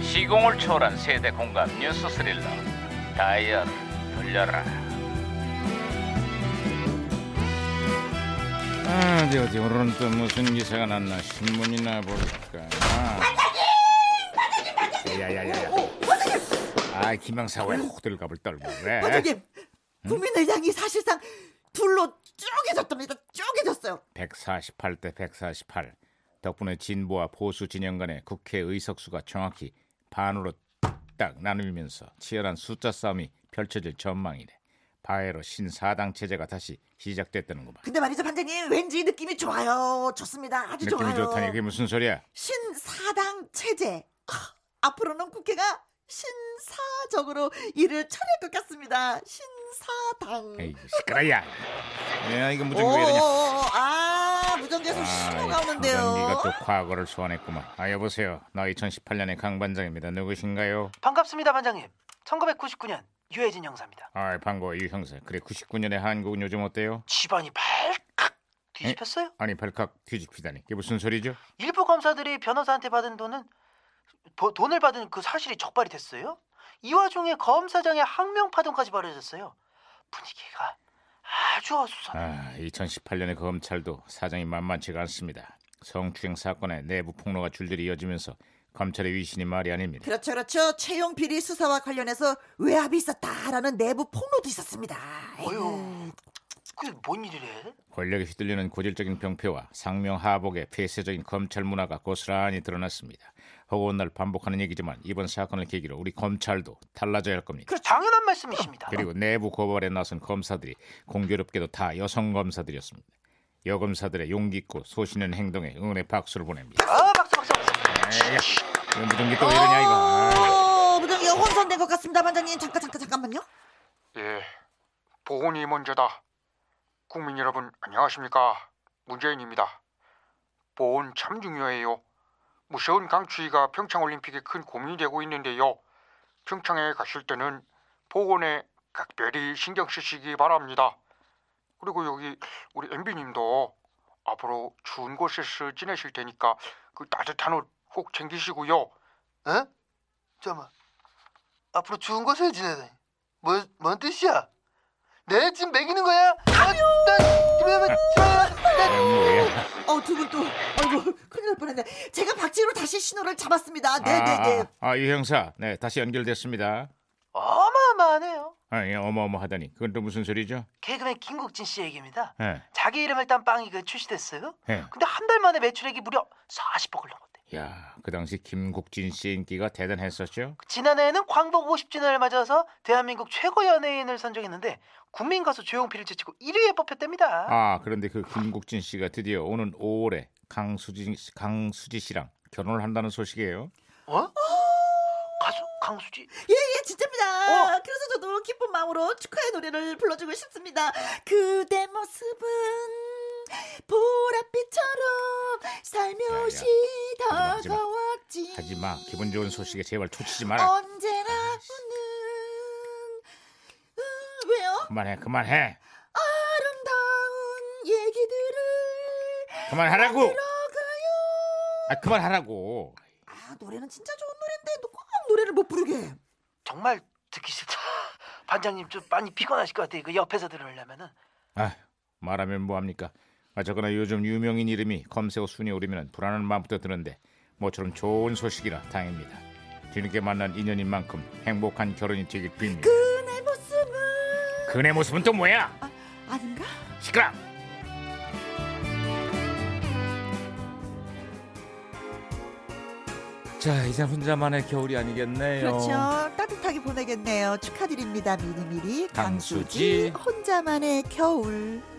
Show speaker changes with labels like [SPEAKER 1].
[SPEAKER 1] 20을 초월한 세대 공감 뉴스 스릴러 다이얼 돌려라 아, 어디 어디 오늘은 또 무슨 기사가 났나 신문이나 볼까 반장님! 야야야야
[SPEAKER 2] 어,
[SPEAKER 1] 아 김영사 왜 호들갑을 떨고 그래
[SPEAKER 2] 반장님 국민의당이 사실상 둘로 쪼개졌답니다. 쪼개졌어요.
[SPEAKER 1] 148대 148 덕분에 진보와 보수 진영 간의 국회 의석수가 정확히 반으로 딱 나누면서 치열한 숫자 싸움이 펼쳐질 전망이래. 바에로 신사당 체제가 다시 시작됐다는구만.
[SPEAKER 2] 근데 말이죠 반장님 왠지 느낌이 좋아요. 좋습니다. 아주
[SPEAKER 1] 느낌이
[SPEAKER 2] 좋아요.
[SPEAKER 1] 좋다니 그게 무슨 소리야?
[SPEAKER 2] 신사당 체제. 아, 앞으로는 국회가 신사적으로 일을 처리할 것 같습니다. 신사당.
[SPEAKER 1] 에이 시끄러야. 야 이거 무전기 왜 이러냐?
[SPEAKER 2] 오오오 아 무전기에서 신호가
[SPEAKER 1] 네가 또
[SPEAKER 2] 오는데요.
[SPEAKER 1] 과거를 소환했구만. 아 여보세요. 나 2018년의 강 반장입니다. 누구신가요?
[SPEAKER 3] 반갑습니다 반장님 1999년 유해진 형사입니다
[SPEAKER 1] 아 반가워 유 형사. 그래 99년의 한국은 요즘 어때요?
[SPEAKER 3] 집안이 발칵 뒤집혔어요
[SPEAKER 1] 아니 발칵 뒤집히다니. 이게 무슨 소리죠?
[SPEAKER 3] 일부 검사들이 변호사한테 받은 돈은 보- 돈을 받은 그 사실이 적발이 됐어요 이 와중에 검사장의 항명 파동까지 벌어졌어요 분위기가 아주 어수선
[SPEAKER 1] 아, 2018년에 검찰도 사정이 만만치가 않습니다. 성추행 사건의 내부 폭로가 줄줄이 이어지면서 검찰의 위신이 말이 아닙니다.
[SPEAKER 2] 그렇죠 그렇죠. 채용 비리 수사와 관련해서 외압이 있었다라는 내부 폭로도 있었습니다.
[SPEAKER 3] 어휴 그게 뭔 일이래
[SPEAKER 1] 권력에 휘둘리는 고질적인 병폐와 상명 하복의 폐쇄적인 검찰 문화가 고스란히 드러났습니다. 허구한 날 반복하는 얘기지만 이번 사건을 계기로 우리 검찰도 달라져야 할 겁니다.
[SPEAKER 3] 그 당연한 말씀이십니다
[SPEAKER 1] 아, 그리고 내부 고발에 나선 검사들이 공교롭게도 다 여성 검사들이었습니다. 여검사들의 용기 있고 소신은 행동에 응원의 박수를 보냅니다.
[SPEAKER 3] 아 박수 박수 박수
[SPEAKER 1] 에이, 야, 이건 무전기 또 왜 이러냐 이거. 아.
[SPEAKER 2] 어, 무전기가 혼선된 것 같습니다 반장님. 잠깐 잠깐 잠깐만요.
[SPEAKER 4] 예, 보훈이 먼저다. 국민 여러분 안녕하십니까? 문재인입니다. 보훈 참 중요해요. 무서운 강추위가 평창올림픽에 큰 고민이 되고 있는데요. 평창에 가실 때는 보건에 각별히 신경 쓰시기 바랍니다. 그리고 여기 우리 MB님도 앞으로 추운 곳에서 지내실 테니까 그 따뜻한 옷 꼭 챙기시고요.
[SPEAKER 5] 에? 어? 잠깐만. 앞으로 추운 곳에 지내다니. 뭐, 뭔 뜻이야? 내 집 먹이는 거야? 아유!
[SPEAKER 1] 아, 뭐야? 예.
[SPEAKER 2] 어, 두 분 또, 아이고, 큰일 날 뻔했네. 제가 박지로 다시 신호를 잡았습니다. 네, 네,
[SPEAKER 1] 아,
[SPEAKER 2] 네.
[SPEAKER 1] 아, 아, 유 형사, 네 다시 연결됐습니다.
[SPEAKER 3] 어마어마하네요
[SPEAKER 1] 아, 예, 어마어마하다니. 그건 또 무슨 소리죠?
[SPEAKER 3] 개그맨 김국진 씨 얘기입니다
[SPEAKER 1] 예,
[SPEAKER 3] 자기 이름을 딴 빵이 그 출시됐어요
[SPEAKER 1] 예.
[SPEAKER 3] 근데 한 달 만에 매출액이 무려 40억을 넘었대.
[SPEAKER 1] 야, 그 당시 김국진 씨의 인기가 대단했었죠.
[SPEAKER 3] 지난해에는 광복 50주년을 맞아서 대한민국 최고 연예인을 선정했는데 국민 가수 조용필을 제치고 1위에 뽑혔답니다.
[SPEAKER 1] 아, 그런데 그 김국진 씨가 드디어 오는 5월에 강수지 강수지 씨랑 결혼을 한다는 소식이에요.
[SPEAKER 3] 어? 가수 강수지.
[SPEAKER 2] 예, 예, 진짜입니다.
[SPEAKER 3] 어.
[SPEAKER 2] 그래서 저도 기쁜 마음으로 축하의 노래를 불러주고 싶습니다. 그대 모습은 보랏빛처럼 살며시
[SPEAKER 1] 야, 야. 하지 마, 하지 마.
[SPEAKER 2] 다가왔지.
[SPEAKER 1] 하지마, 기분 좋은 소식에 제발 초치지 마라.
[SPEAKER 2] 언제나 우는, 음, 왜요?
[SPEAKER 1] 그만해, 그만해,
[SPEAKER 2] 아름다운 얘기들을
[SPEAKER 1] 그만하라고.
[SPEAKER 2] 들어가요.
[SPEAKER 1] 아, 그만하라고.
[SPEAKER 2] 아 노래는 진짜 좋은 노래인데 꼭 노래를 못 부르게 해.
[SPEAKER 3] 정말 듣기 싫다. 반장님 좀 많이 피곤하실 것 같아요. 그 옆에서 들으려면은
[SPEAKER 1] 아, 말하면 뭐합니까? 어쨌거나 요즘 유명인 이름이 검색어 순위 오르면 불안한 마음부터 드는데 모처럼 좋은 소식이라 다행입니다. 뒤늦게 만난 인연인 만큼 행복한 결혼이 되길 빕니다.
[SPEAKER 2] 그날 모습은
[SPEAKER 1] 그네 모습은 또 뭐야?
[SPEAKER 2] 아, 아닌가?
[SPEAKER 1] 시끄러!
[SPEAKER 6] 자, 이제 혼자만의 겨울이 아니겠네요.
[SPEAKER 2] 그렇죠 따뜻하게 보내겠네요 축하드립니다 미리미리
[SPEAKER 1] 강수지.
[SPEAKER 2] 강수지 혼자만의 겨울